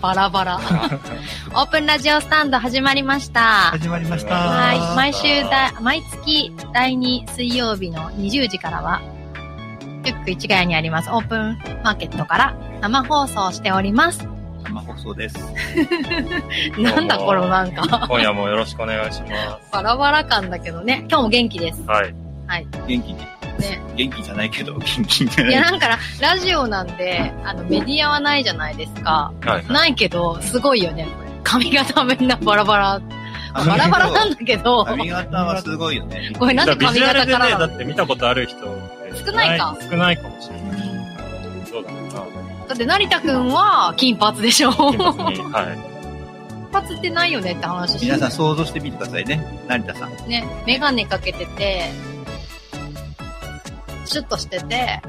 バラ バラ。オープンラジオスタンド始まりました。始まりました。はい。毎週だ、毎月第2水曜日の20時からは、チュック市ヶ谷にありますオープンマーケットから生放送しております。生放送です。なんだこのなんか、今夜もよろしくお願いしまバラバラ感だけどね。今日も元気ですす。。はい。はい。元気に。ね。元気じゃないけど、元気じゃいや、ない。なんかラ、ラジオなんで、あの、メディアはないじゃないですか。はい。ないけど、すごいよね。髪型みんなバラバラ。バラバラなんだけど、髪型はすごいよね。これなんでビ髪ジュア型ルでかね、らだなのって見たことある人って少ないか少ないかもしれない。そうだね。だって成田くんは金髪でしょ金金髪に。 はい。髪ってないよねって話して皆さん想像してみてくださいね。成田さん。ね、メガネかけてて、シュッとしてて、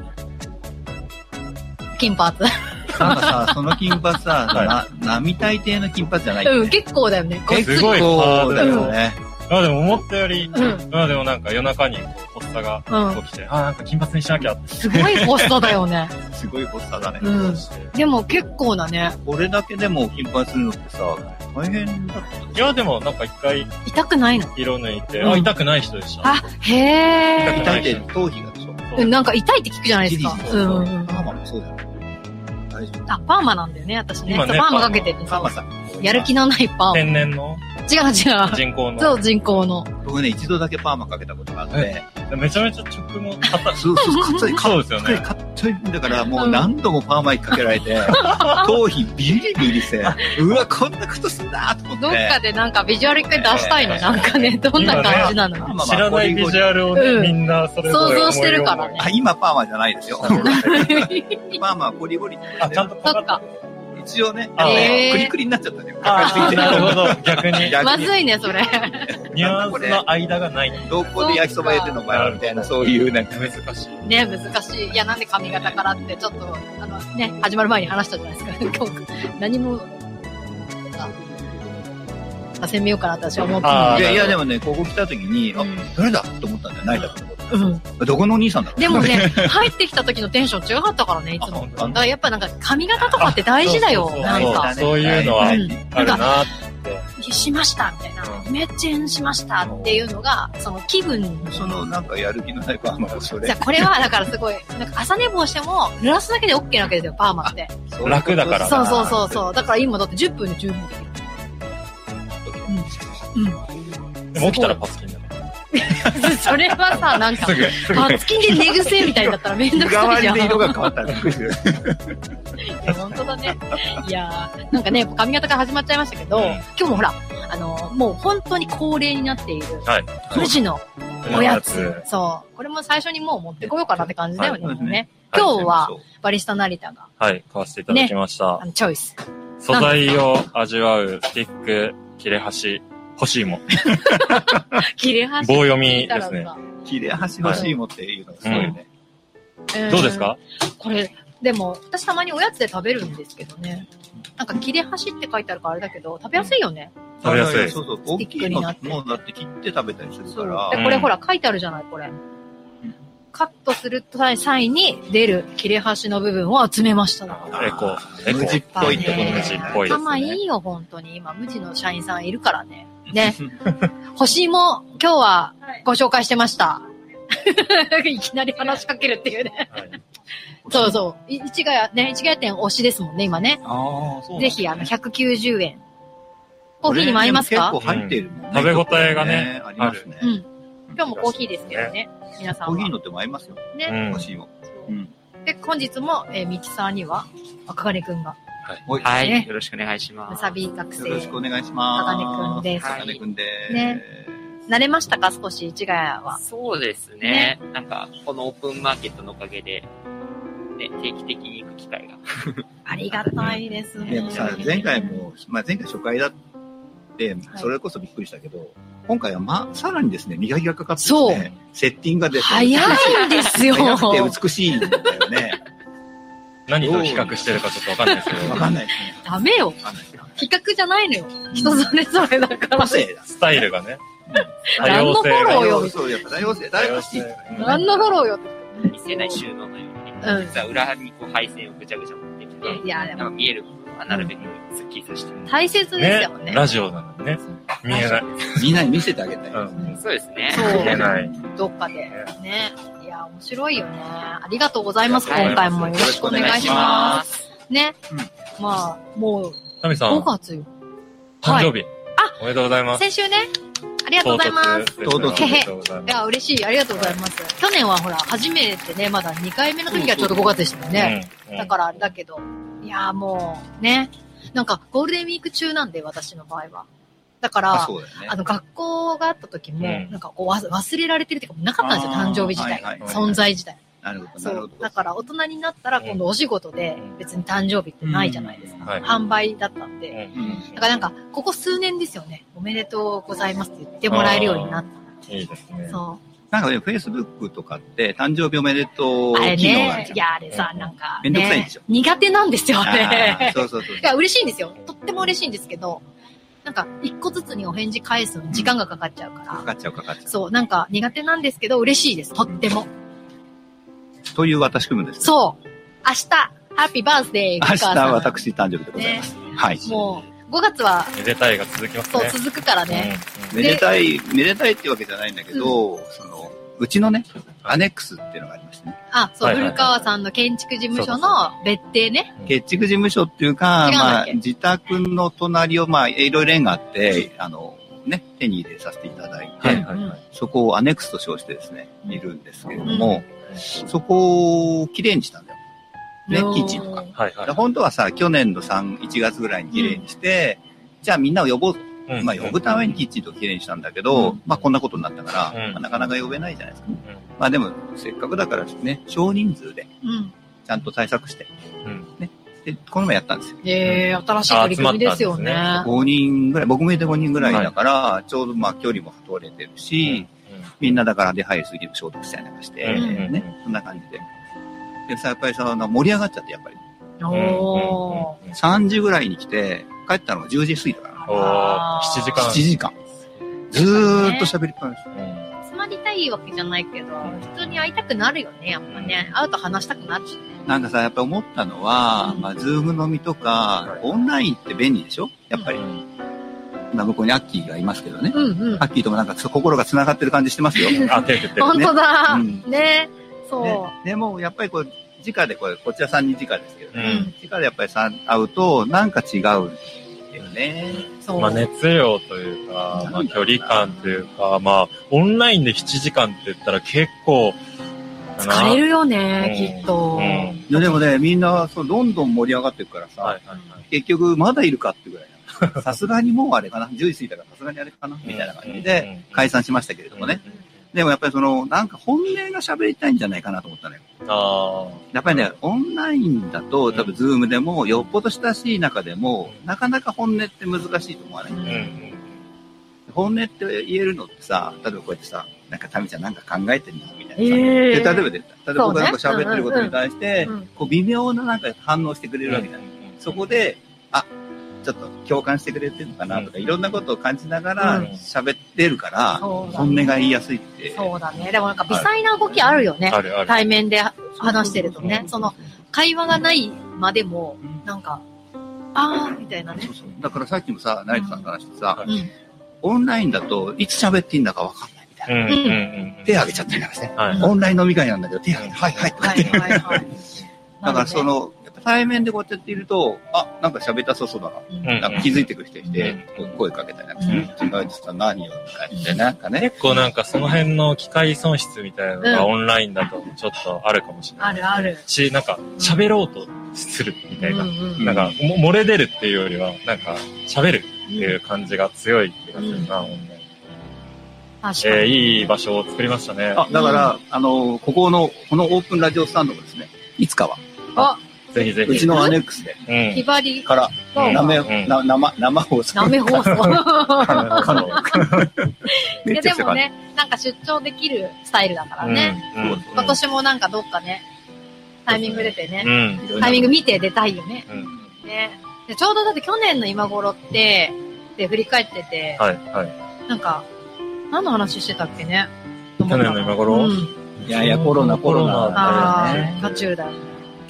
金髪。なんかさ、その金髪 さ、な、並大抵の金髪じゃないようん、ね。結構だよね。結構すごいハーそドうだだよよね。まあでも思ったより、うんまあでもなんか夜中にこう発作がうん起きて、ああ、なんか金髪にしなきゃってすごいポストだよね。すごい発作だね。うん思って。でも結構だね。これだけでも金髪するのってさ、大変だったいやでもなんか一回痛くないの色抜いて、うんあ、痛くない人でした。あ、へ痛ーくな大い抵頭皮がでしょ。そううんなんか痛いって聞くじゃないですかじり。じうりんとうんうん。パーマもそうだよね。大丈あ、パーマなんだよね、私ね。今ねそうパーマかけてて夫。パーマさ、さ、やる気のないパーマ。違天然のう違う。人工その。う、人工の。僕ね、一度だけパーマかけたことがあって、めちゃめちゃ直毛硬い。そうそう、かっちょ い、かそっうですよちょい、ね。かっちょい、だからもう何度もパーマ液かけられて、頭皮ビリビリして、うわ、こんなことすんなと思って。どっかでなんかビジュアル系出したいの、えーなんかね、どんな感じなの今ね知らないビジュアルをね、うんみんなそれぞれ想像してるからねあ、今パーマじゃないですよ。パーマはゴリゴリってあ、ちゃんとそかっか。一応ね、あえークリクリになっちゃったね。かあかーりすぎて。なるほど。逆に、逆まにずいね、それ。 ニュアンスの間がない。どこで焼きそば入れてんのお前らみたいな、そういうなんか。難しい。ね、難しい。いや、なんで髪型からって、ちょっと、あの、ね、始まる前に話したじゃないですか。 今日、何も、あ、攻めようかな、私は思ってあーいるや、いやなるでもね、ここ来た時に、あ、誰だと思ったんだよ、ないだと思っうんうん。た。どこのお兄さんだろうでも ね、入ってきた時のテンション違かったからね、いつあも。だ本当からやっぱなんか髪型とかって大事だよあ。そうそうそうなんか、そういうのはうんあるなって。しましたみたいな。めっちゃ演しましたっていうのが、その気分そのなんかやる気のないパーマをそれじゃ。あこれはだからすごい、なんか朝寝坊しても濡らすだけで OK なわけですよ、パーマって。そう楽だからそうそうそうそう。だから今だって10分で十分できる。でも起きたらパスキンだね。それはさ、なんかす、ぐ、すぐ。パツキンで寝癖みたいだったらめんどく側さいじゃん。で色がい変わ ったらびっくりする。や本当だね。いやーなんかね、髪型から始まっちゃいましたけど、うん今日もほら、あのー、もう本当に恒例になっている、はい富士のおやつ。はそう。これも最初にもう持ってこようかなって感じだよね。はいもうねはい今日はそうバリスタ成田が、はい、買わせていただきましたあ。の、チョイス。素材を味わうスティック、切れ端、欲しいもん。切れ端。棒読みですね。切れ端欲しいもっていうのがすごいね。どうですかこれ、でも、私たまにおやつで食べるんですけどね。なんか、切れ端って書いてあるからあれだけど、食べやすいよね。食べやすいそうそう。大きいのもうだって切って食べたりするそかう。ら。で、これほら、書いてあるじゃない、これ。カットする際に出る切れ端の部分を集めましただから。エコ、エコ。無地っぽいってこと無ね地っぽいですね頭いいよ、本当に。今、無地の社員さんいるからね。ね。星も今日はご紹介してました。 いきなり話しかけるっていうね。はいそうそう。い市ヶ谷、ね、市ヶ谷店推しですもんね、今ね。ああ、そう。ぜひ、あの、190円。コーヒーにも合いますか結構入ってるもんね。うん食べ応えがねありますねう。ん。今日もコーヒーですけどね。皆さコんーヒーは。のっても合いますよ。うね。ん欲。しいも。うん。で、本日も、えーミキサーには、赤金くんが、おいはねい。よろしくお願いしまむす。さび学生よ。ろしくお願いします。茜くんですあかねくんです。ね慣れましたか少し、市ヶ谷は。そうですね。なんか、このオープンマーケットのおかげで、ね、定期的に行く機会が。ありがたいですね。でもさ、前回も、まあ、前回初回だって、それこそびっくりしたけど、今回はま、さらにですね、磨きがかかってですそうね、セッティングが出て、早いんですよ。早くて美しいんだよね。何と比較してるかちょっとわかんないですけわかんど、ないですね。ダメよ。わかんないですね。比較じゃないのよ。人それぞれだから個。性だ。スタイルがね、多何の様性フォローが。よそう、やっぱ多様性、ダイバーシティだね何のフォローよ。見せない収納のようにね。うん実は裏にこう配線をぐちゃぐちゃ持ってきて、いや、でなんかも、見える部分ははなるべくスッキリさせて。大切ですねよね。ラジオなのにね。見えない。みんなに見せてあげたい。うんそうですね。そう見えない。どっかで。ね。いや、面白いよね。ありがとうございます。はい今回もよろしくお願いします。す。ね。うんまあ、もう、タミさん、 5誕月よ。生日。おめでとうございます。先週ね。ありがとうございます。唐突ですへへおめでとうございいまや、嬉しい。ありがとうございます。去年はほら、初めてね、まだ2回目の時がちょうど5月でしたよす。ね。うんだからあれだけど。いや、もう、ね。なんか、ゴールデンウィーク中なんで、私の場合は。だから、あ、あそうだよね。の、学校があった時も、うんなんかこう、わ忘れられてるっていうか、なかったんですよ、誕生日自体。はいはいはい存在自体。なるほど、そなるほうど。。だから、大人になったら、今度お仕事でう、ん別に誕生日ってないじゃないですか。うんはい販売だったんで。うんうんだからなんか、ここ数年ですよね。おめでとうございますって言ってもらえるようになっいいですた。ね。そなんかね、Facebook とかって、誕生日おめでとう。うあれ機能があねるじゃ。ん。いや、あれさ、なんか、ね。めんどくさいんですよ苦手なんですよ、ああーれ。そうそうそうい。や、嬉しいんですよ。とっても嬉しいんですけど、なんか、一個ずつにお返事返すのに時間がかかっちゃうから。かかっちゃう、かかっちゃそう、なんか苦手なんですけど、嬉しいです。とっても。う。という私くんです。そう。明日、ハッピーバースデー、明日、さ私誕生日でございます。はい。ん。もう、5月は、めでたいが続きますそう、ね。続くからね。うんめでたい、めでたいってわけじゃないんだけど、その、うちのね、アネックスっていうのがありましてね。あ、そう、はいはいはい古川さんの建築事務所の別邸ね。結築事務所っていうか、違うんだまっあけ、自宅の隣を、まあ、いろいろ縁があって、あの、ね、手に入れさせていただいて、はいはいはい。そこをアネックスと称してですね、いるんですけれども、うんそこをきれいにしたんだよ。ね、うんキッチンとか。はいはい。本当はさ、去年の3、1月ぐらいにきれいにして、じゃあみんなを呼ぼうと。うんまあ、呼ぶためにキッチンとかきれいにしたんだけど、うんまあ、こんなことになったから、うんまあなかなか呼べないじゃないですか。うんまあ、でも、せっかくだからね、少人数で、うん。ちゃんと対策して、うんで、この前やったんですよ。ええ新しい取り組みですよね。あ5人ぐらい、僕も入れて5人ぐらいだから、ちょうどまあ距離も取れてるし、みんなだから出入りすぎる消毒剤なんかして、うんうんうんね、そんな感じで。でさ、やっぱりさ、あの盛り上がっちゃって、やっぱり。うんうんうんおうん3時ぐらいに来て、帰ったのが10時過ぎだかおー、7時ら。7間。時間。ずーっと喋りっぱなし。うんー。集まりたいわけじゃないけど、人に会いたくなるよね、やっぱね。会うと話したくなるしね。なんかさ、やっぱり思ったのは、まあ、ズーム飲みとか、オンラインって便利でしょやっぱり。今向こうにアッキーがいますけどね。うんうんア。ッキーともなんか心が繋がってる感じしてますよ。あ、手振ってる。本当だ。うねんそう。ででもやっぱりこう直でこれこちらさんに直ですけどうね、ん直でやっぱりさん会うとなんか違うよね、そう。まあ、熱量というか、まあ、距離感というか、まあ、オンラインで7時間って言ったら結構だな、疲れるようね、んきっと。うん。いやでもねみんなそうどんどん盛り上がっていくからさ、はいはいはい。結局まだいるかってぐらいなさすがにもうあれかな10時過ぎたからさすがにあれかなみたいな感じでうん解散しましたけれどもね、。でもやっぱりそのなんか本音が喋りたいんじゃないかなと思ったのようんあやっぱりね、オンラインだと、多分、ズームでも、よっぽど親しい中でも、なかなか本音って難しいと思わない。あ。うん本音って言えるのってさ、例えばこうやってさ、なんかタミちゃんなんか考えてんな、みたいなさ。えで例ええばで、例えば僕がなんか喋ってることに対して、うんこう微妙ななんか反応してくれるわけじゃない。そこ、で、あ、ちょっと共感してくれてるのかなとか、うんいろんなことを感じながうらん喋ってるから、そうだ本音が言いやすいって。そうだね。でもなんか微細な動きあるよね。あるある。対面で話してるとね。その、会話がないまでも、なんか、あーみたいなねそう。そう。だからさっきもさ、ナイトさんからしてうさん、うん。オンラインだといつ喋っていいんだかわかんないみたいな。うんうんうん。手挙げちゃってるからね。はい。オンライン飲み会なんだけど、手挙げて、はいはいとか言っはていはい はい。だからその、やっぱ対面でこうやっていると、あ、なんか喋ったそうそうだな。うん、うんなんか気づいてくる人いて、うんこう声かけたりなんかうんして、うん、違う実は何をとか言って、なんかね、結構なんかその辺の機械損失みたいなのがうオンラインだとちょっとあるかもしれあない。るある。し、なんか喋ろうとするみうたんいな。うんなんか、も漏れ出るっていうよりは、なんか、喋るっていう感じが強い気がするな、オンライン確かにえーいい場所を作りましたね。あ、だから、あの、ここの、このオープンラジオスタンドもですね、いつかは、あ、ぜひぜひ。うちのアネックスで、うひん。ばり。から、うん生、うんな生、生放送。なめ放送。可能。いめやちでゃくちもゃ可能。ね、なんか出張できるスタイルだからね。うん。うん今年もなんかどっかね、タイミング出てねう。ん。タイミング見て出たいよね。うん。ね。でちょうどだって去年の今頃って、で、振り返ってて、はい、はい。なんか、何の話してたっけね。去年の今頃うん。いやいやコロナコロナあだよあ、ね渦中だよね。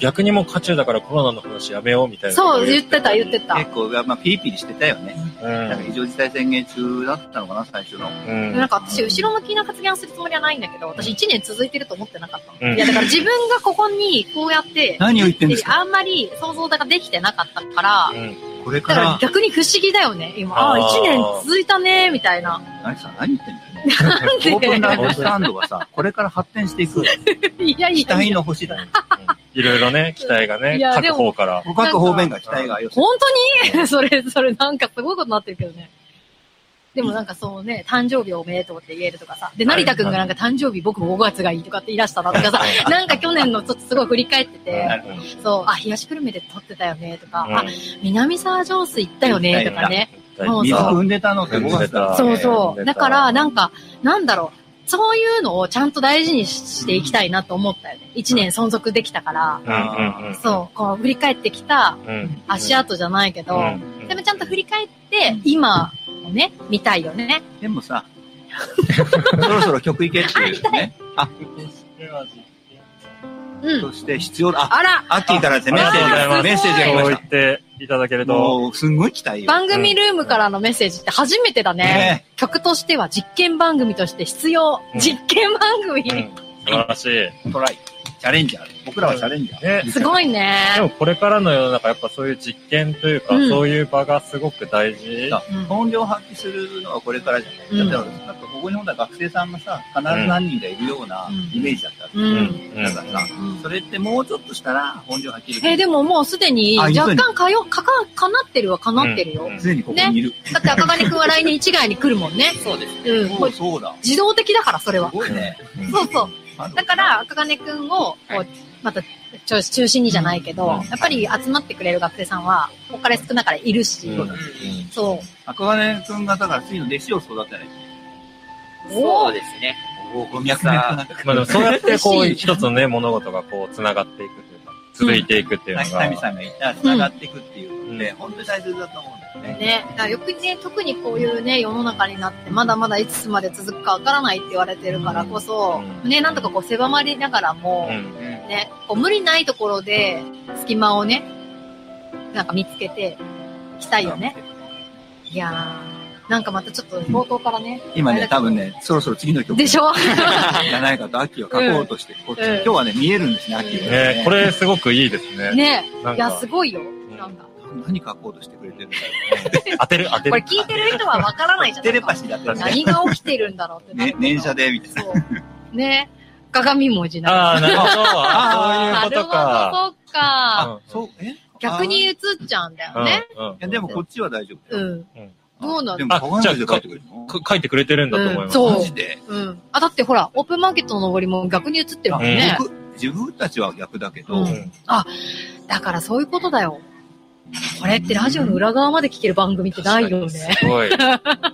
逆にもう渦中だからコロナの話やめようみたいな。そう、言ってた、言ってた。結構、まあ、ピリピリしてたよね。うなんかん。非常事態宣言中だったのかな、最初の。うん。なんか私、後ろ向きな発言をするつもりはないんだけど、私1年続いてると思ってなかったの。うんいや、だから自分がここにこうやって、何を言ってんですかあんまり想像ができてなかったから、うんこれかだからら、逆に不思議だよね、今。ああ、あー1年続いたね、みたいな。 何さ、何言ってんのなんオープンでランドスタンドがさ、これから発展していくいやい期やい待や。の星だよ。いろいろね、期待がねい、やで各も方から。各方面が期待がよ本当に それ、それなんかすごいことになってるけどね。でもなんかそうね、誕生日おめでとうって言えるとかさ。で、成田くんがなんか誕生日僕も5月がいいとかって言い出したなとかさ、なんか去年のちょっとすごい振り返ってて、そう、あ、東久留米で撮ってたよね、とか、あ、南沢上水行ったよね、とかね。もう水そう汲んでたのって5月だ。そうはそ。いうはいだから、なんか、なんだろう。そういうのをちゃんと大事にしていきたいなと思ったよね。一年存続できたから、そう、こう振り返ってきたうん。うん。足跡じゃないけど、うんでもちゃんと振り返って、今をね、見たいよね。でもさ、 そろそろ曲いけっていうね。あ、うん。そして必要だ。あ、あら、アッキーからってメッセありがとうございーまジ、すメッセージが来そうま言しっていただけるた。と、もう、すんごい期待よ。番組ルームからのメッセージって初めてだね。ね曲としては実験番組として必要。うん実験番組、うん素晴らしい。トライ。チャレンジャー。僕らはチャレンジャー。ねすごいねで。もこれからの世の中、やっぱそういう実験というか、うんそういう場がすごく大事。だうん本領発揮するのはこれからじゃうんない。だって、なんかここに本来学生さんがさ、必ず何人かいるようなうんイメージだったわけうんだからさ、それってもうちょっとしたら本領発揮できえーる。でももうすでにあ若干かよ、かか、かなってるはかなってるよ。うんすでにここにいる。だって赤金くんは来年一概に来るもんね。そうですね。うん。こそうれそうだ。自動的だから、それすは。ごいね。そうそう。だから、赤金くんを、こはう、また、ちょ中心にじゃないけど、うんやっぱり集まってくれる学生さんは、お金少なからいるし、うんそう。赤金くんがだから次の弟子を育てないそうですね。おお、脈脈々々なまあでもそうやってこう、嬉しい一つのね、物事がこう、繋がっていくというか、続いていくっていうのが。久美さんがいたら繋がっていくっていうのって、本当に大切だと思うんだよね。ね。だからよくね、特にこういうね、世の中になって、まだまだいつまで続くかわからないって言われてるからこそ、うんね、なんとかこう狭まりながらも、うんね、こう無理ないところで隙間をね、なんか見つけていきたいよね。いやー、なんかまたちょっと冒頭からね。今ね、多分ね、そろそろ次の曲でしょ じゃないかと、秋を書こうとして、こっちうん今日はね、見えるんですね、秋が。ねこれすごくいいですね。ねなんいや、かすごいよ。なんか。何書こうとしてくれてるんだ当てる当てこるれ。聞いてる人はわから ないじろゃなう。テいレですかパ。シーだったね。何が起きてるんだろうってなるねけ、ど。年車で、みたいな。そう。ね。鏡文字なああ、なるほど。なああ、そういるうほこど、とか。そっか。あ、そう、え逆に映っちゃうんだよね。うん。うんいや、でもこっちは大丈夫うだよ。ん。どうなんでも、小金で書いてくれるのか書いてくれてるんだと思います。うんそうマジでうん。あ、だってほら、オープンマーケットの上りも逆に映ってるもんね。僕、自分たちは逆だけうど、んだからそういうことだよ。これってラジオの裏側まで聞ける番組ってないよすね。ごい。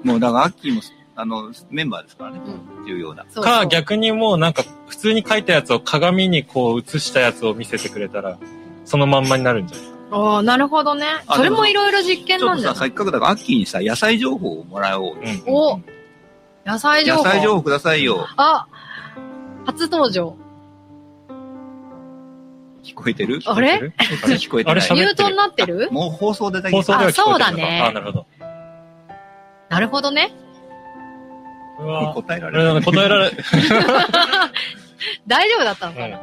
もうだからアッキーも、あの、メンバーですからねう。重要な。そうそうか、逆にもうなんか、普通に書いたやつを鏡にこう映したやつを見せてくれたら、そのまんまになるんじゃないああ、なるほどね。あそれもいろいろ実験ちょなんっとださ、よね。せっかくだからアッキーにさ、野菜情報をもらおう。うんお野菜情野報。菜情報くださいよ。あ、初登場。聞こえてるあれ聞こえてなあれい。ミュートになってるもう放送でだけ放送では聞こえてるのかあそうだねあ、なるほど。なるほどね。うわ答えらあれれるだね、答えられ、大丈夫だったのうかんな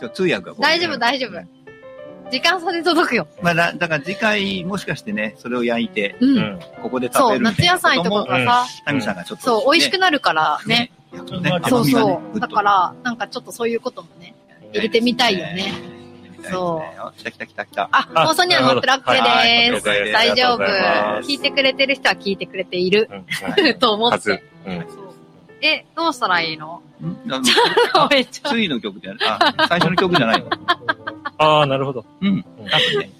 ちょ通訳は僕大丈夫、大丈夫。時間差で届くよ。まあ、だだから次回もしかしてね、それを焼いて、う。うんん。ここで食そべう、るみ夏た野い菜なこととかも、がさ、タミさんがちょっと、そう、美味しくなるからね。焼くとね。うんそう甘みがねそぐう。っだとから、なんかちょっとそういうこともね、入れてみたいよね。そそうう。来た来た来た来た。あ、あ放送には載ってるアップはいで了す。解です大丈夫ありがとうございま。す聞いてくれてる人は聞いてくれているうんと思はっずて。。うんそうえ、どうしたらいいの んあのめっちゃ。次の曲じゃないあ、最初の曲じゃないの。ああ、なるほど。うん。う多ん分ね。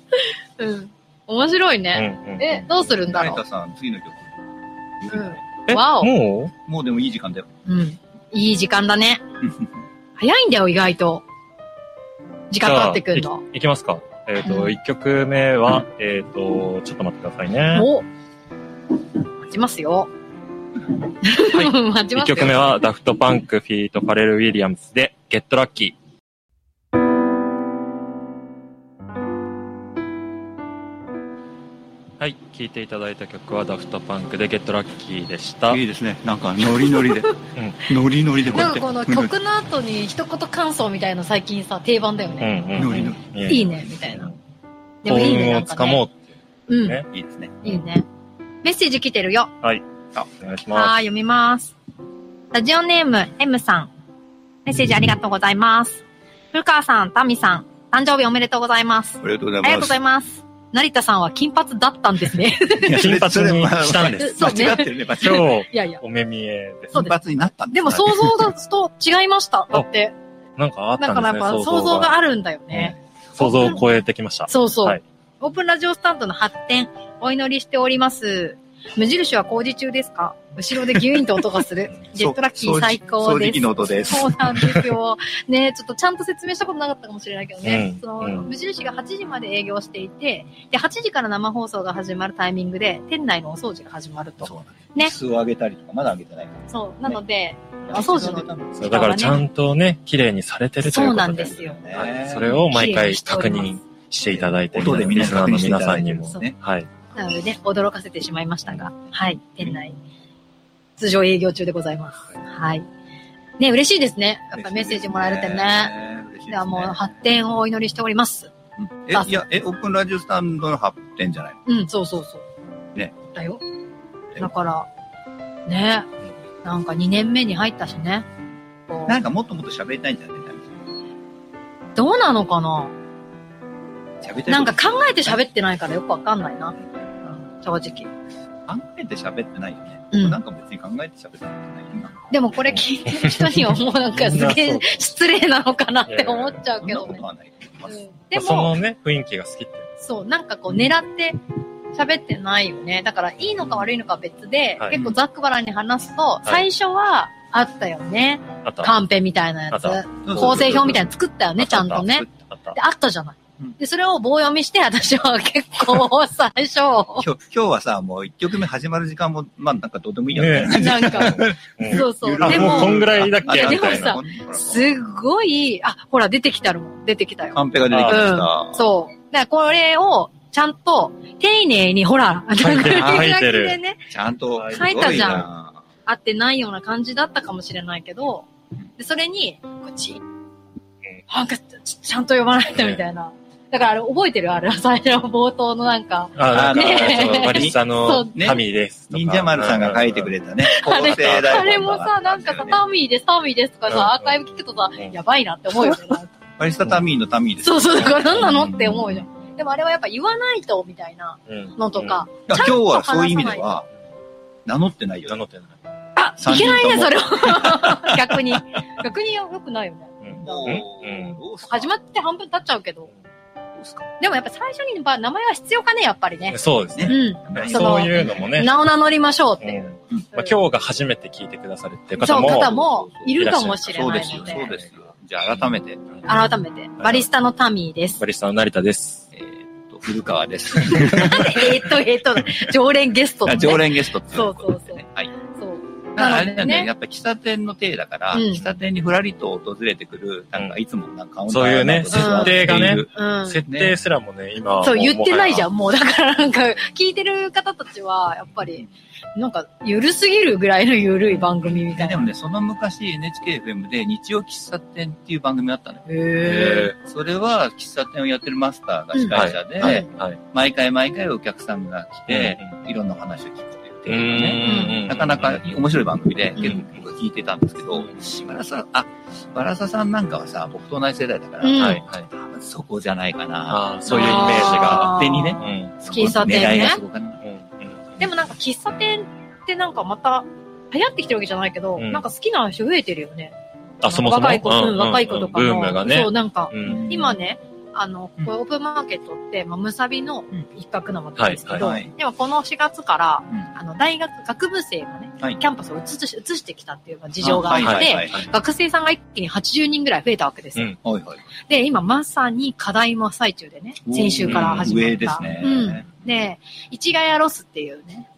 うん。面白いね。うんうんえ、 どうするんだ成ろ田さん、次の曲。う。うん。えわおももうでもいい時間だよ。うん。いい時間だね。早いんだよ、意外と。時間かかってくんじゃの。ういきますか。えっうと、ん一曲目は、えっと、ちょっと待ってくださいね。お待ちますよ。 待ちま一すよ。曲目は、ダフトパンク、フィート、ファレル・ウィリアムズで、ゲットラッキー。はい、聴いていただいた曲はダフトパンクでゲットラッキーでした。 いいですね。なんかノリノリで。ノリノリでこうやなっんて。かこの曲の後に一言感想みたいな最近さ、定番だようね。んうん。ノリノリいいね、みたいな。で幸もいいね。運なをんつかかねもうってうねん。いいですね。いいね。メッセージ来てるよ。お願いしはーまい、読みます。ラジオネーム、M さん。メッセージありがとうございます。古川さん、タミさん、誕生日おめでとうございます。ありがとうござあいりがとます。うございます。成田さんは金髪だったんですね。す。金髪にしたんです。す そうね間違ってるね、間違って今る。日、いやいや。お目見えです。そう金です髪になったん。でも想像だと違いま した。だって。なんかあっなたんかんでやっすね、ぱ想像があるんだよね。想像を超えてきました。そうそう、はいオープンラジオスタンドの発展、お祈りしております。無印は工事中ですか後ろでギュインと音がす るジェットラッキー最高です。掃除機の音ですそうなんですよ。ねちょっとちゃんと説明したことなかったかもしれないけどね。うんそのうん無印が8時まで営業していて、で、8時から生放送が始まるタイミングで、店内のお掃除が始まると。そうそなんねです。椅子を上げたりとか、まだ上げてない。う。なので、お掃除のそうだからちゃんとね、綺麗にされてるというそうこなとんでですよ。はいそれを毎回確認していただいて、音で皆皆ささんんのの皆皆ささんんににもも。ね。はい。なのでね、驚かせてしまいましたが、はい、店内、通常営業中でございます。はい。ね、嬉しいですね。やっぱメッセージもらえるってね。嬉しいですね。ではもう発展をお祈りしております。え、いや、え、オープンラジオスタンドの発展じゃないうん、そうそうそう。ね。だよ。えだから、ね、なんか2年目に入ったしね。こうなんかもっともっと喋りたいんじゃないどうなのかな喋りたい。なんか考えて喋ってないからよくわかんないな。うん正直。考えて喋ってないよね。うんなんか別に考えて喋ってないよね。でもこれ聞いてる人にはもうなんかすげみんなそうえ失礼なのかなって思っちゃそうんけなどこねと。はないと思います。うんでそも、のね、雰囲気が好きって。そう、なんかこう狙って喋ってないよね。だからいいのか悪いのかは別で、はい結構ざっくばらんに話すと、最初はあったよね。あった。カンペみたいなやつあっ。そうそう構成表みたいなの作ったよあね、っちたゃんとね。あった。で、あったじゃないうん。で、それを棒読みして、私は結構最初、今日今日はさ、もう一曲目始まる時間も、まあなんかどうでもいいやみたいな。なん か、うんそうそう。あでもうこも、んぐらいだっけあいやでみもさたいなほらすごい、あ、ほら、出てきたるもん。出てきたよ。カンペが出てきました。そう。だからこれを、ちゃんと、丁寧に、ほら、書いてる書いてるでね、ちゃんと。書いたじゃんすごな。合ってないような感じだったかもしれないけど、でそれに、こっち、なんかち、ちゃんと読まないとみたいな。だからあれ覚えてるあれ、最初の冒頭のなんか、あ、なんか、ねそうバリスタそのうね神ですとか。忍者丸さんが書いてくれたね。構あれ、成あれ台も本さ、なんかさ、タミーです、タミーですとかうんさ、アーカイブ聞くとさうん、やばいなって思う よね。なんかバリスタタミーのタミーです。そうそう、だから何なのって思うじゃん。でもあれはやっぱ言わないと、みたいなうんのとか。今ちゃん日とは話さそうないいう意味では、名乗ってない名よ。乗ってない。あ、三いけ人ともないね、それは。 逆に。逆によくないよね。うんもううんどうすか始まって半分経っちゃうけど。どうすかでもやっぱ最初にやっぱ名前は必要かね、やっぱりね。そうですね。うん。そのそういうのもね。名を名乗りましょうっうんて。まあ今日が初めて聞いてくださるっていうそ方う、も。方もいるかもしれそうなでいすよ、のそうで。ですよ。じゃあ改めて、改めて、バリスタのタミーですバ。リスタの成田です。えーっと、古川です。なんで、えーっと、えーっとだ、常連ゲストだね常連ゲストっていうことでそうそうね。はい。そう。だからなあれのなでんだよね、ねや。っぱ喫茶店の体だから、うん喫茶店にふらりと訪れてくる、なんかいつもなんかカウンタそういうーねの座っている設定がねうん。設定すらもね、今。そう、も言ってないじゃん。ん、もう。だからなんか、聞いてる方たちは、やっぱり、なんか、ゆるすぎるぐらいのゆるい番組みたでいでな。もね、その昔 NHKFM で日曜喫茶店っていう番組があったのよ。へそれは喫茶店をやってるマスターが司会者で、うんはいはい。毎回毎回お客さんが来て、いろんなお話を聞くというテーマでね、なかなか面白い番組で、うん結構僕は聞いてたんですけど、バラサ、あ、バラサさんなんかはさ、僕と同じ世代だから、うんはい、はい。多分そこじゃないかな。ああ、そういうイメージが。勝手にねう。ん。そこ喫茶店ね狙いがそこかな。でもなんか、喫茶店ってなんかまた、流行ってきてるわけじゃないけど、うんなんか好きな人増えてるよね。あ、そもそも。若い子、うん若い子とかの。ブームがねそう、。なんか、うん。今ね、あの、うんここオープンマーケットって、まあ、むさびの一角なわけですけはいど、はいでもこの4月から、うあの、大学、学部生がね、はいキャンパスを移し移してきたっていうまあ事情があって、はいはいはいはい学生さんが一気に80人ぐらい増えたわけですよ。うんはいはい。で、今まさに課題真っ最中でね、先週から始まった。上ですね。うん。で、市ヶ谷ロスっていうね、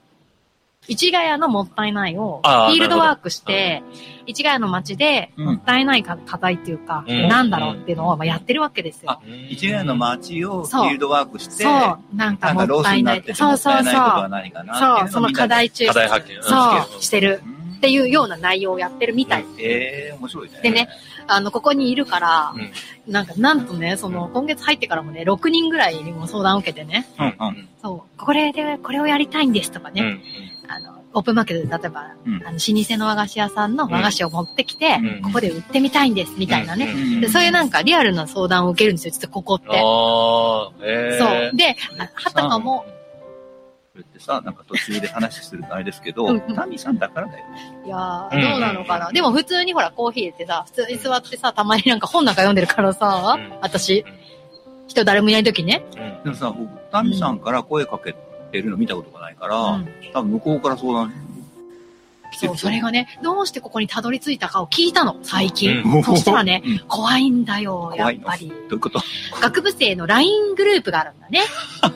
市ヶ谷のもったいないを、フあーィールドワークして、市ヶ谷の街で、うんもったいないか課題っていうか、うんなんだろうっていうのをまあやってるわけですよあ。一年の街をフそうィールドワークして、そう、なんなかんもかロっースたにいななっいて。てもそうそうったいないことはそう。何かなっそていう、うそののをみん課なで題抽課題出。発見うんそう、してる。うんっていうような内容をやってるみたい。ええ面白いね。でね、あの、ここにいるから、うんなんか、なんとね、その、今月入ってからもね、6人ぐらいにも相談を受けてね、うんうん。そう、これで、これをやりたいんですとかうね、んあの、オープンマーケットで例えば、うんあの、老舗の和菓子屋さんの和菓子を持ってきて、うんここで売ってみたいんです、みたいなね。うんうんでそういうなんかリアルな相談を受けるんですよ、実はここって。ああ、えそえう。で、あはたかも、それってさ、なんか途中で話するとあれですけどうんう、んタミさんだからだよね。いやうんー、どうなのかな。でも普通にほら、コーヒー入れてさ、普通に座ってさ、たまになんか本なんか読んでるからさうん、私、人誰もいない時ね。うんでもさ、僕、タミさんから声かけてるの見たことがないから、うん多分向こうから相談来そてるう、それがね、どうしてここにたどり着いたかを聞いたの、最近。うそしたらね、うん怖いんだよ、や怖っい の。どぱうり。いうこと学部生の LINE グループがあるんだね。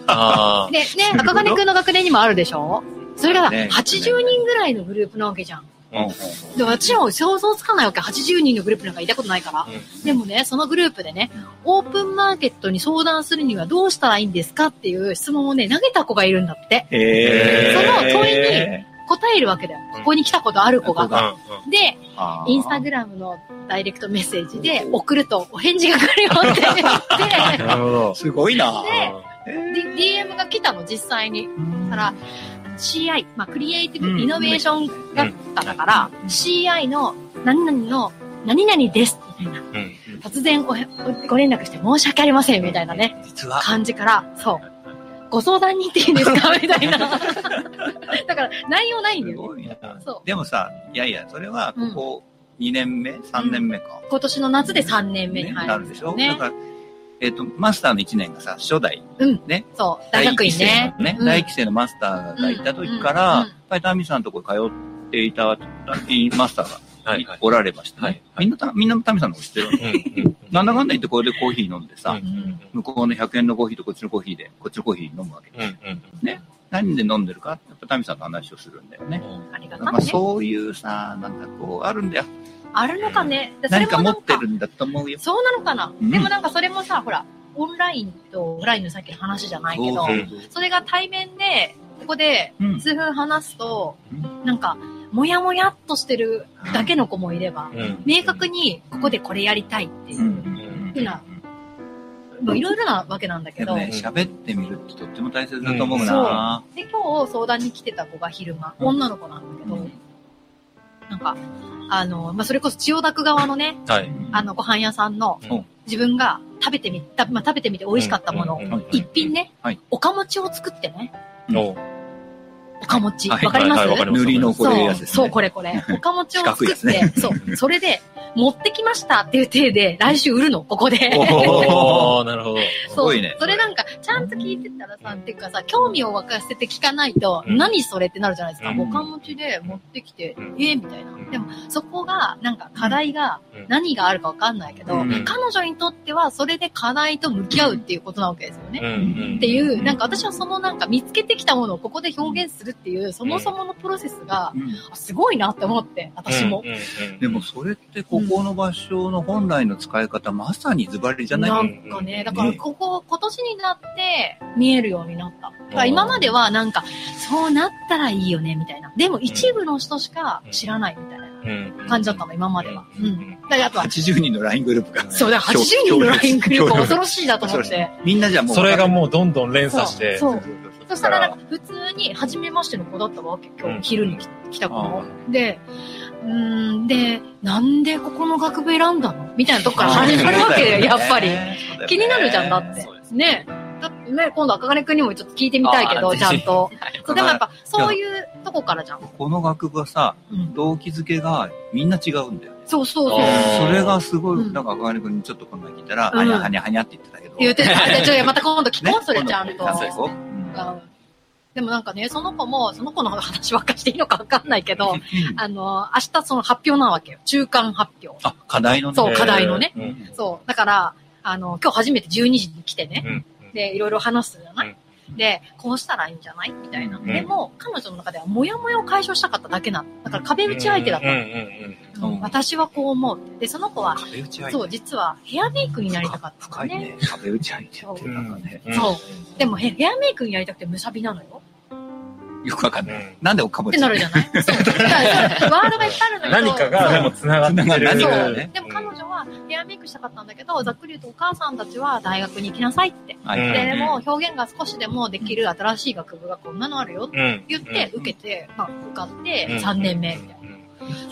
あで、ね、赤金くんの学年にもあるでしょそれがね80人ぐらいのグループなわけじゃん。うんうんで、私も想像つかないわけ。80人のグループなんかいたことないからあ。。でもね、そのグループでね、オープンマーケットに相談するにはどうしたらいいんですかっていう質問をね、投げた子がいるんだって。へそのー問いに答えるわけだよ。ここに来たことある子うがん。で、あーインスタグラムのダイレクトメッセージで送るとお返事が来るよって言うん なるほど。すごいなって、D- DM が来たの、実際に。うんから、CI、まあ、クリエイティうんブイノベーションだったから、うん CI の何々の何々です、みたいな。うん突然おへご連絡して申し訳ありません、みたいなね、実は、感じから、そう。ご相談に行っていいんですかみた いな。だから、内容ないんだすよね。ごいな。そう。でもさ、いやいや、それは、ここ2年目 ?3 年目か。今年の夏で3年目にね入なるるんでですしょよだねか。ら、えっと、マスターの1年がさ、初代、そう、大学院ね。第一期生のうん第一期生のマスターがいた時かうんら、うんやっぱりタミさんのところ通っていたラッキーマスターはいはがい。おられましてね、はみいんなた、みんなタミさんのこと知ってるわ け。うんなんだかんだ言ってこれでコーヒー飲んでさ、うんうん向こうの100円のコーヒーとこっちのコーヒーで、こっちのコーヒー飲むわけ。うんうん何で飲んでるかやっぱタミさんと話をするんだよね。ありがたまあ、いね。そういうさ、なんかこう、あるんだよ。あるのかね。でそれ何もかな持んってるんだと思うよ。そうなのかな、うんでもなんかそれもさ、ほら、オンラインとオフラインのさっきの話じゃないけど、そそうそうれが対面で、ここでそう。うん。数分話すと、うなんか、もやもやっとしてるだけの子もいれば、うん明確にここでこれやりたいっていうう、ん。ふうなもういろいろなわけなんだけでど、もね、喋ってみるってとっても大切だと思うな。で、今日相談に来てた子が昼間、うん女の子なんだけど、うんなんか、あの、まあ、それこそ千代田区側のね、はい。あの、ご飯屋さんのうん、自分が食べてみた、まあ、食べてみて美味しかったものをうんうんうん一品ね、はいおかもちを作ってね、おうおかもち。わ、はいかります,、はいはいわかります塗りのこれそう、やつです、ね。そう、これこれ。おかもちを作四角いっやつて、ねそう、それで、持ってきましたっていう体で、来週売るの、ここで。おーなるほど。すごいねそれなんか、ちゃんと聞いてたらさ、っていうかさ、興味を沸かせて聞かないと、うん何それってなるじゃないですか。うんおかもちで持ってきて、うんええみたいな。んでも、そこが、なんか課題がうん、何があるかわかんないけど、うん彼女にとっては、それで課題と向き合うっていうことなわけですよね。うんうんっていう、うんなんか私はそのなんか見つけてきたものをここで表現するっていう、そもそものプロセスが、うんあすごいなって思って、私も。うんうんうんでもそれってここの場所の本来の使い方、まさにズバリじゃないなかんかね、だからここ、今年になって見えるようになった。だから今まではなんか、そうなったらいいよね、みたいな。でも一部の人しか知らないみたいなうん感じだったの、今までは。ううんん。だからあとは、 80人の LINE グループが、そうだ、80人の LINE グループ恐ろしいなと思っ恐ろて。みんなじゃもう。それがもうどんどん連鎖して。そう。うそしたら、なんか普通に、初めましての子だったわけ、今うん日、昼に来来た子もあ。で、うーん、で、なんでここの学部選んだのみたいなとこから始まるわ けよ、やっぱり。気になるじゃん、だってそうで。すねだってね、今度赤金くんにもちょっと聞いてみたいけあど、ーちゃんと。 そうでもやっぱ、からそういうとこからじゃん。この学部はさ、うん。動機づけがみんな違うんだよね。そうそうそう。あーそれがすごうい、んなんか赤金君にちょっとこんな聞いたら、うんはにゃはにゃはにゃって言ってたけど。言ってた。あじゃあちょっとまた今度聞ねこう、それちゃんと。そうそううんでもなんかね、その子も、その子の話ばっかしていいのかわかんないけど、うんあの、明日その発表なわけよ。中間発表。あ、課題のね。そう課題のねうんうんそう。だから、あの、今日初めて12時に来てね。うんで、いろいろ話すじゃない、うんで、こうしたらいいんじゃないみたいな。んでも、彼女の中ではモヤモヤを解消したかっただけなの。だから壁打ち相手だったうんのう。んうんうんうん私はこう思う。で、その子は、壁打ち相手。そう、実はヘアメイクになりたかった深のいね。ね。壁打ち相手ってうんなんかね、うん。そうでもヘヘアメイクになりたくてむさびなのよ。よくわかんうない。んなんでおかぼっちてなるじゃないそう。だからそうワードがいっぱいあるのよ。何かが、でも繋がってる。何そうかがねでも彼女はヘアメイクしたかったんだけど、ざっくり言うとお母さんたちは大学に行きなさいって。はうんで、い。でも表現が少しでもできる新しい学部がこんなのあるよってうん。言って、受けて、まあ、受かってうん3年目みたいな。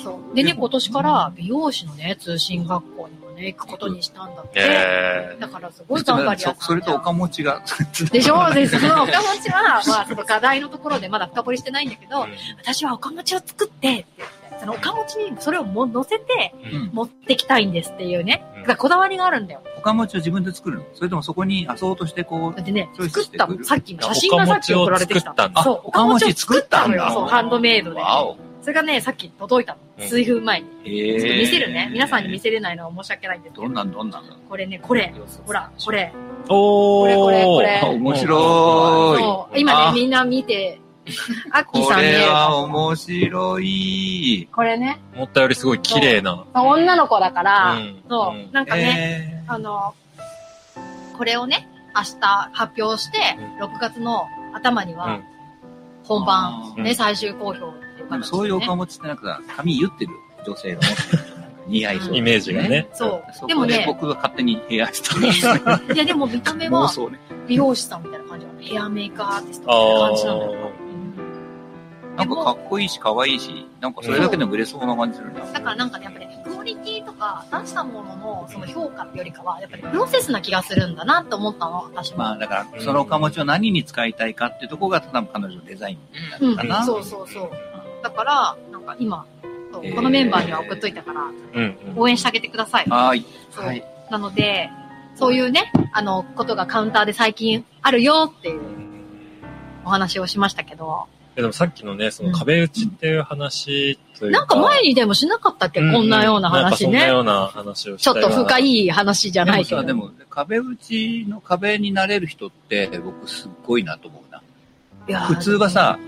そう。でね、今年から美容師のね、通信学校にもね、行くことにしたんだって。えだからすごい頑張り屋さんだよそそれとおかもちが。でしょで、そのおかもちは、まあ、その課題のところでまだ深掘りしてないんだけど、私はおかもちを作って、って言って、そのおかもちにそれをも乗せてうん持ってきたいんですっていうね。うんだからこだわりがあるんだよ。おかもちを自分で作るのそれともそこに遊ぼうとしてこだってね、そうです作ったもん。さっきの写真がさっき送られてきた。おかもちを作ったそう、おかもちを作ったのおんだよ。かもち作ったんだそう、ハンドメイう。ドで。わお。それがね、さっき届いたうの。ん数分前に。えちょっとー見せるね。皆さんに見せれないのは申し訳ないんですけどどん。なんどんなんだろこれね、これ。ほら、これ。おー。これこれうあこ面白い。そう、今あね、みんな見 て、アッキーこさんれね、は面白い。これね、思ったよりすごい綺麗な。女の子だから、うんそうう、んなんかね、ねあの、これをね、明日発表して、6月の頭には本番、うんね、最終公表っていうでも形そういうで、おねか。もちってなんかさ、髪言ってる女性が持ってるとなんか似合いそう。イメージがね。そう。ででももねね、、僕が勝手にヘアスタイいやでも見た目ル。妄は想ね。美容師さんみたいな感じなの。ヘアメイクアーティストみあたいなあ感じなのよ。ー。なんかかっこいいし、可愛いし、なんかそれだけでも売れそうな感じするな。だからなんかね、やっぱり、クオリティとか出したもののその評価よりかは、やっぱりプロセスな気がするんだなって思ったの、私も。まあだから、そのおかもちを何に使いたいかっていうところが、ただ彼女のデザインうかんな。、そうそうそう。だから、なんか今、そうえーこのメンバーには送っといたから、うんうん。応援してあげてください。はーい。そう。なので、そういうね、あの、ことがカウンターで最近あるよっていうお話をしましたけど、でもさっきのね、その壁打ちっていう話というか。なんか前にでもしなかったっけ、ううこんなような話んかそんなね。ような話をしちょたっと深い。い話じゃないけでど。もさでも、壁打ちの壁になれる人って、僕すっごいなと思うな。いやー普通は、さ、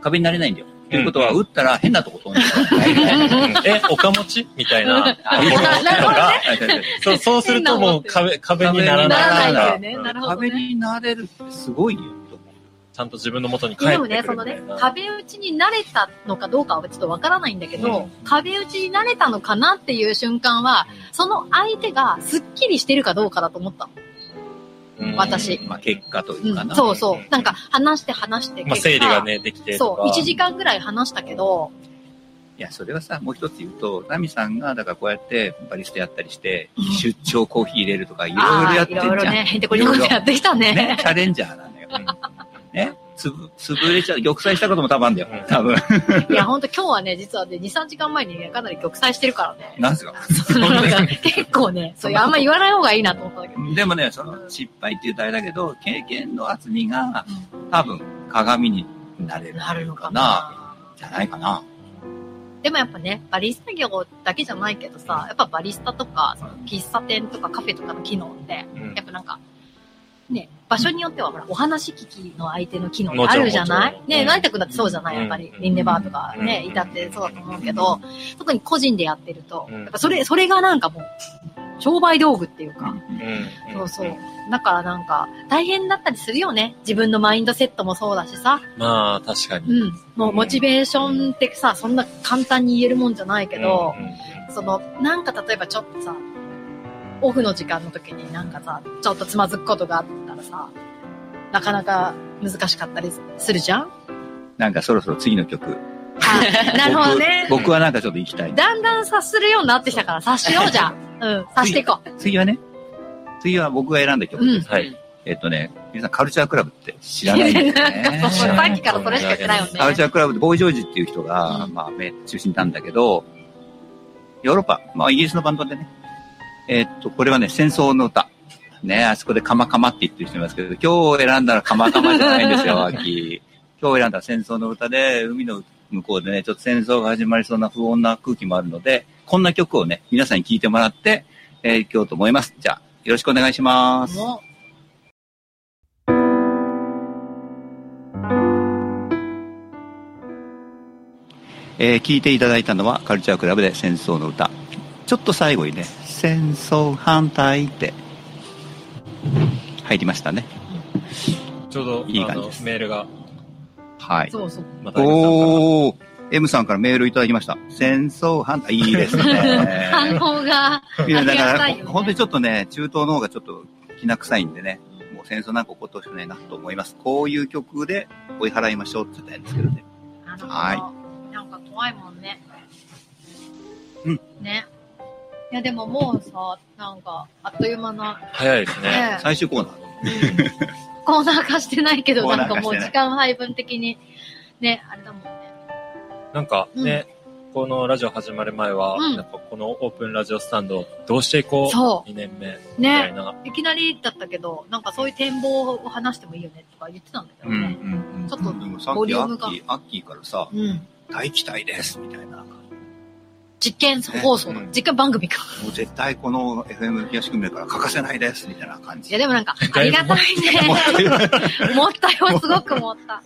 壁になれないんだよ。ということは、うん打ったら変なとこ飛んでうる。んうんうんえ、おかもちみた いな。あなるほどねが そう、そうするともう壁、壁になならないらかないら。んだうよね。んなるほど 壁ね。になれるってすごいよ。ちゃんと自分の元に帰っでてもくるみたね、いな。そのね、壁打ちに慣れたのかどうかはちょっとわからないんだけど、うん壁打ちに慣れたのかなっていう瞬間は、その相手がスッキリしてるかどうかだと思ったの。うん私まあ、結果といううかん、な。そうそう。なんか話して話してまあ、結果整理がね、できてそとう、か。 1時間ぐらい話したけど、いや、それはさ、もう一つ言うと、ナミさんが、だからこうやってバリスタやったりしてうん、出張コーヒー入れるとか、いろいろあやあっーていんじろいろゃん。ね、へんてこりんことやってきたね。ね、チャレンジャーなんだよ。ね、つぶ、潰れちゃう、玉砕したことも多分あんだようん。多分。いや、ほんと今日はね、実はね、2、3時間前にね、かなり玉砕してるから ね。なんすかそのなんか結構ね、そういう、あんま言わない方がいいなと思ったんだけど。でもね、その失敗っていうとあれだけど、経験の厚みが多分鏡になれるなるのかなな。じゃないかな。でもやっぱね、バリスタ業だけじゃないけどさ、やっぱバリスタとか、その喫茶店とかカフェとかの機能って、うんやっぱなんか、ね、場所によってはほら、お話聞きの相手の機能もがちあろんるじゃないもちろんね、うん成田君だってそうじゃないやっぱりう、んリンネバーとかね、うんいたってそうだと思うけど、特に個人でやってると、うんやっぱそれ、それがなんかもう、商売道具っていうか、うんそうそう。だからなんか、大変だったりするよね。自分のマインドセットもそうだしさ、まあ、確かに。うん。もうモチベーションってさ、そんな簡単に言えるもんじゃないけど、うんうんその、なんか例えばちょっとさ、オフの時間の時になんかさ、ちょっとつまずくことがあったらさ、なかなか難しかったりするじゃんなんかそろそろ次の曲。あなるほどね。僕僕はなんかちょっと行きたい。だんだん察するようになってきたから、察しようじゃん。うん、察していこ次はね、次は僕が選んだう。曲。うん。。はい。えっとね、皆さんカルチャークラブって知らないんですよね そうさっきからそれしか言ってないよカルチね。ャークラブでボーイ・ジョージっていう人が、うんまあ、め中心なんだけど、ヨーロッパ、まあ、イギリスのバンドでね、えーっと、これはね、戦争の歌。ね、あそこでカマカマって言ってる人いますけど、今日選んだらカマカマじゃないんで すよ、秋。今日選んだら戦争の歌で、海の向こうでね、ちょっと戦争が始まりそうな不穏な空気もあるので、こんな曲をね、皆さんに聴いてもらって、えー、今日と思います。じゃあ、よろしくお願いします。もえー聞いていただいたのはカルチャークラブで戦争の歌。ちょっと最後にね、戦争反対って入りましたね。ちょうど、いい感じあのですメールが、はい。そうそう。また、おお M さんからメールいただきました。戦争反対。い いですね。反応が、いや、だかありがたら、いよね本当にちょっとね、中東の方がちょっときな臭いんでね、もう戦争なんか起こってほしくないなと思います。こういう曲で追い払いましょうって言ったんですけどね。あのはなんか怖いもんね。うん。ね。いや、でももうさ、なんか、あっという間な、早いですね。ね、最終コーナー。コーナー化してないけど、コーなナんかー化もうしてない時間配分的に、ね、あれだもんね。なんかね、このラジオ始まる前は、うんなんかこのオープンラジオスタンド、どうしていこうそ ?2 年目。う。みたいね。な。いきなりだったけど、なんかそういう展望を話してもいいよねとか言ってたんだけどね。んちょっとでもさっボリきュアームッがキー、アッキーからさ、うん。大期待ですみたいな。も実験放送だ、うん実験番組か。う絶対この FM 東組から欠かせないですみたいな感いじ。や、でもなん か、ありがたいね。もう思ったよ、すごく思った。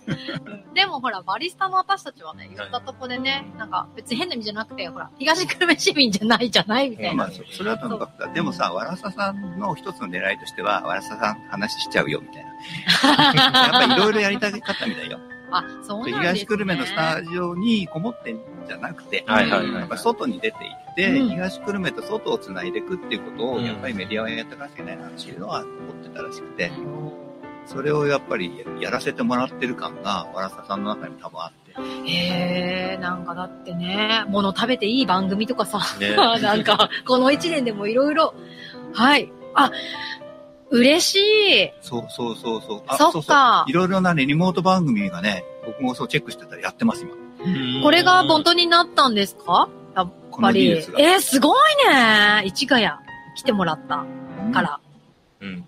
でもほら、バリスタの私たちはね、言ったとこでね、なんか別に変な意味じゃなくて、ほら、東久留米市民じゃないじゃないみたいまあな。そそれはともかくだでもさ、わらささんの一つの狙いとしては、わらささん話しちゃうよみたいな。 やっぱりいろいろやりたかったみたいよ。あ、そうなんです、ね。東久留米のスタジオにこもってんじゃなくて、はいはいはいやっぱ外に出ていって、うん東久留米と外をつないでいくっていうことうを、んやっぱりメディアはやってかなきゃいけないなっていうのは思ってたらしくて、それをやっぱりやらせてもらってる感が、わらささんの中にも多分あって、へえ、なんかだってね、物食べていい番組とか さ、ねなんか、この一年でもいろいろ、はい。あ、嬉しい。そうそうそうそう、そっかうう、いろいろなね、リモート番組がね、僕もそうチェックしてたらやってます、今。これが本当当になったんですかやっこぱの技り。え術が。ー、すごいね。市ヶ谷来てもらったかうんら。うん。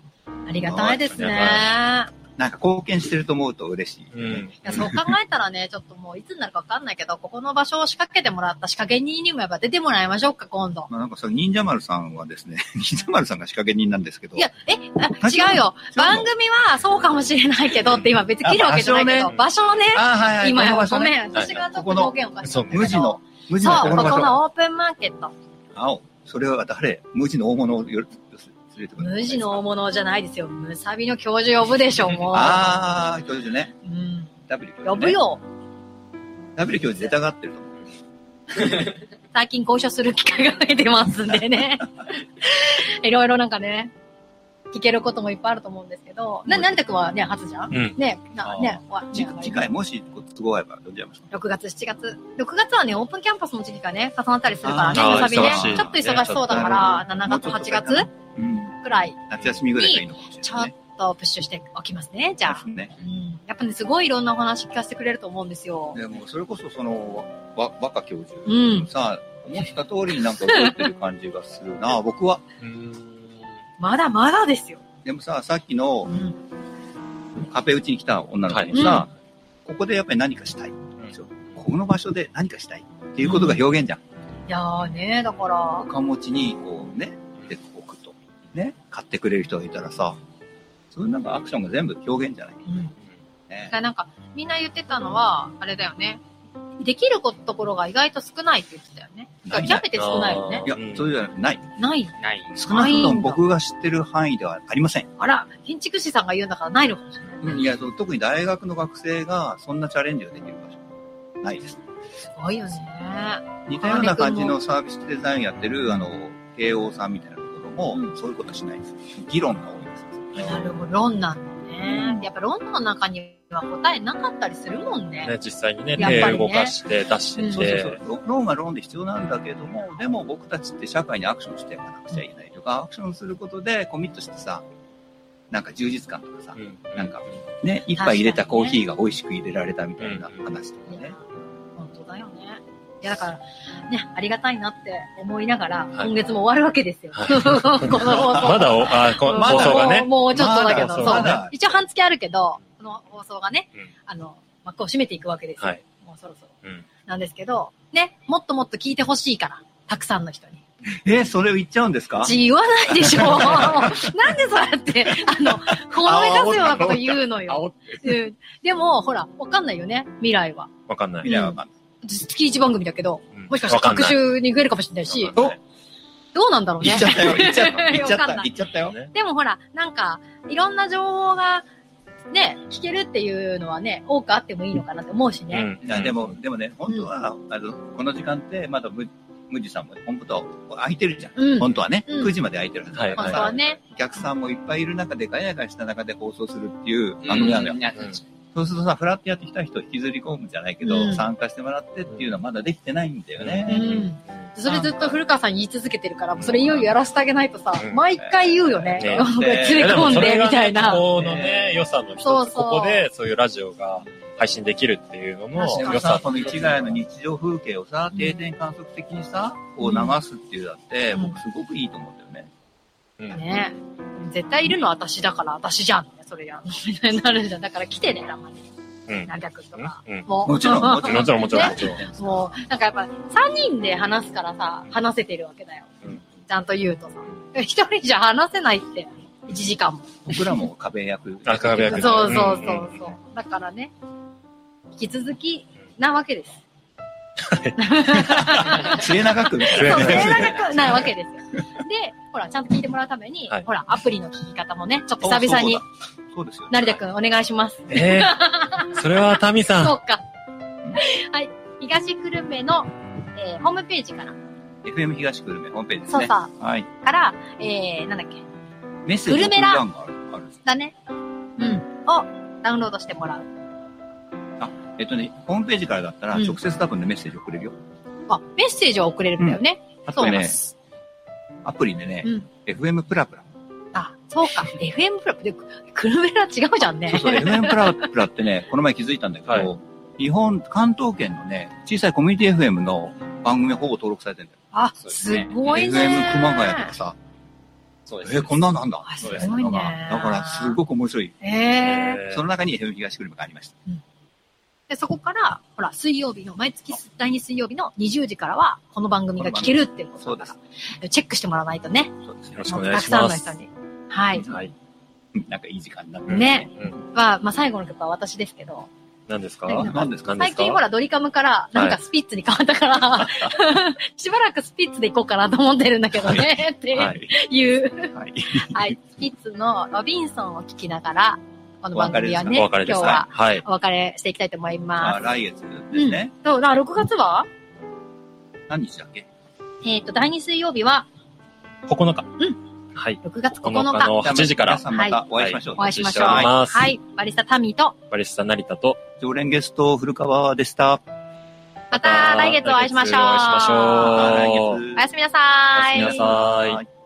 ありがたいですね。やいなんか貢献してると思うと嬉しい。うん。や、そう考えたらね、ち ょっともういつになるかわかんないけど、ここの場所を仕掛けてもらった仕掛け人にもやっぱ出てもらいましょうか、今度。まあなんかその忍者丸さんはですね、 忍者丸さんが仕掛け人なんですけど。いや、え、あ違うよ。番組はそうかもしれないけどって今別に切るわけじゃないけど、あ場場所をね、あ、はいはい。今この場所ごねめん、私がちょっと表現おかしいんだけど。無地の。、無地そのう、この場こ所。のオープンマーケット。青。それは誰無地の大物をよ連れてくる。無地の大物じゃないですよ。むさびの教授呼ぶでしょ、もう。ああ、教授ね。うん。 W 教呼授、ね。ぶ。よ。 W 教授出たがってると思う。最近ご一緒する機会が増えてますんで ね。いろいろなんかね、聞けることもいっぱいあると思うんですけど、な、なんてくんはね、初じゃんうん。ね、な、ね、わ次ね次回、もしご都合合えば呼んじゃいますか。 6月、7月。6月はね、オープンキャンパスの時期がね、重なったりするからね、あーむさびね忙しい。ちょっと忙しそうだから、7もう月、ちょっと8月うん。くらい、夏休みぐらいがいいのかもしれちょなっいね。とプッシュしておきますね、じゃあ。ね。うん。やっぱね、すごいいろんなお話聞かせてくれると思うんですよ。でも、それこそその、わ、若教授。うんさあ、思った通りになんか動いてる感じがするな、僕は。まだまだですよ。でもさ、さっきのうん。カフェ打ちに来た女の子もさ、はここでやっぱり何かしたい。この場所で何かしたいっていうことが表現じゃん。いやーね、だから、お持ちにこうね、で置くと。ね、買ってくれる人がいたらさ、そういうなんかアクションが全部表現じゃない、うん。だねか、らなんか、みんな言ってたのは、あれだよね。できることころが意外と少ないって言ってたよね。だから極めて少ないよねい。や、そういうじゃない。ない。ない。少なくとも僕が知ってる範囲ではありません。あら、建築士さんが言うんだからないのかもしれない。うん、いや、そう特に大学の学生がそんなチャレンジができる場所、ないです。すごいよね。似たような感じのサービスデザインやってる、あの、慶応さんみたいなところも、うそういうことはしないです。議論が多いです。なるほど、論なんだね。やっぱ論の中には答えなかったりするもんね。ね、実際にね、やっぱりね手動かして出してうんて。そうそうそう。ローンはローンで必要なんだけども、でも僕たちって社会にアクションしていかなくちゃいけないとか、アクションすることでコミットしてさ、なんか充実感とかさ、うんなんか、ね、一杯入れたコーヒーが美味しく入れられたみたいな話とかね。本当だよね。いや、だから、ね、ありがたいなって思いながら、はい今月も終わるわけですよ。はこの放送。まだお、あ、こうん放送がね。もうもうちょっとだけど、まだそうまだ一応半月あるけど、この放送がね、うんあの、幕を閉めていくわけですよ。はいもうそろそろ。うんなんですけど、ね、もっともっと聞いてほしいから、たくさんの人に。え、それを言っちゃうんですかち言わないでしょ。なんでそうやって、あの、ほのめかすようなこと言うのよ。煽ってうんでも、ほら、わかんないよね、未来は。わかんない。みたいな。月一番組だけど、うんもしかしたらわかん学ない習に増えるかもしれないし、わかんないどうなんだろう言ねっちゃ。っ たよ、言っちゃった、ね言っちゃわっかんたな、い言っちゃったよ。ねでもほら、なんか、いろんな情報が、ね、聞けるっていうのはね、多くあってもいいのかなって思うしね。いやでも、、でもね、本当は、あの、この時間って、まだ無、無地さんも、本当は空いてるじゃん。うん本当はね、うん9時まで空いてるはず本だから当さはね。お客さんもいっぱいいる中で、ガヤガヤした中で放送するっていう番うん組なのよ。いやうんそうするとさ、フラッとやってきた人を引きずり込むじゃないけど、うん参加してもらってっていうのはまだできてないんだよね。ううんん。それずっと古川さん言い続けてるから、それいよいよやらせてあげないとさう、ん毎回言うよね。 ね連れ込んで、みたいな。ここののねね、良さの一つ。そうそうここで、そういうラジオが配信できるっていうの確のでかも良ささ、。この市ヶ谷の日常風景をさ、定点観測的にさ、こう流すっていうだって、うん僕すごくいいと思うんだよね。うんね絶対いるのは私だから、私じゃん。それじゃん。 みたいになるじゃん。だから来てね、たまに。うん何百とか。うん。もうもちろん、ももちろん、もちろ ん、ねもちろん。もう、なんかやっぱ、3人で話すからさ、話せてるわけだよ。うんちゃんと言うとさ。一人じゃ話せないって、1時間も。僕らも壁役。あ壁そ役うそうそううそんう。だからね、引き続き、なわけ です。末永くみたいそう、な。そ末れ永なくないわけですよ。で、ほら、ちゃんと聞いてもらうために、はいほら、アプリの聞き方もね、ちょっと久々にあ。、そうだそうですよ。成田くん、お願いします。えーそれは、タミさ。そうんか。はい。東久留米の、えーホームページから、 FM 東久留米ホームページですそうね。さ、はい。から、えー、なんだっけ、メッセージの欄があるあるんです。だね。うん。をダウンロードしてもらう。えっとね、ホームページからだったら、うん直接多分ね、メッセージ送れるよ。あ、メッセージは送れるんだよね。あとそうねで、す。アプリでねうん、 FM プラプラ。あ、そうか。FM プラで、久留米ら違うじゃんねそう。そう、FM プラプラって ね、この前気づいたんだけど、はい日本、関東圏のね、小さいコミュニティ FM の番組ほぼ登録されてるんだよ。あ、そうですすねごいね。 FM 熊谷とかさ、そうです。えー、こんなんなんだ。あ、すみたごいなのねが。だから、すごく面白い。えー。えーその中に FM 東久留米がありました。で、そこから、ほら、水曜日の、毎月第2水曜日の20時からは、この番組が聞けるっていうことだかこら、チェックしてもらわないとね、そうですよよろ。しくもおっと願たいくしさんの人。ますに。はい。はい。 うんなんかいい時間になった。ねうん。は、まあ、最後の曲は私ですけど、何ですかはい何ですか最近ほ、ら、ドリカムから、なんかスピッツに変わったから、 しばらくスピッツで行こうかなと思ってるんだけどね、ってはい。いう。はい。 はい。スピッツのロビンソンを聞きながら、このお番別れ組ですはかね、今お別れ日ですかははい。お別れしていきたいと思いまあ、ます。来月ですね。そう、だから6月は何日だっけえっ、と、第2水曜日は9日。うはい。 6月9 9日日。の8時から皆、さんまたお会いしましょう。お会いしましょう。お待ちしておりますはい。バリスタタミーと、バリスタ成田と、常連ゲスト、古川でした。また来月お会いしましょう。来月お会いしましょうまたおやすみなさおやーすみなさい。はい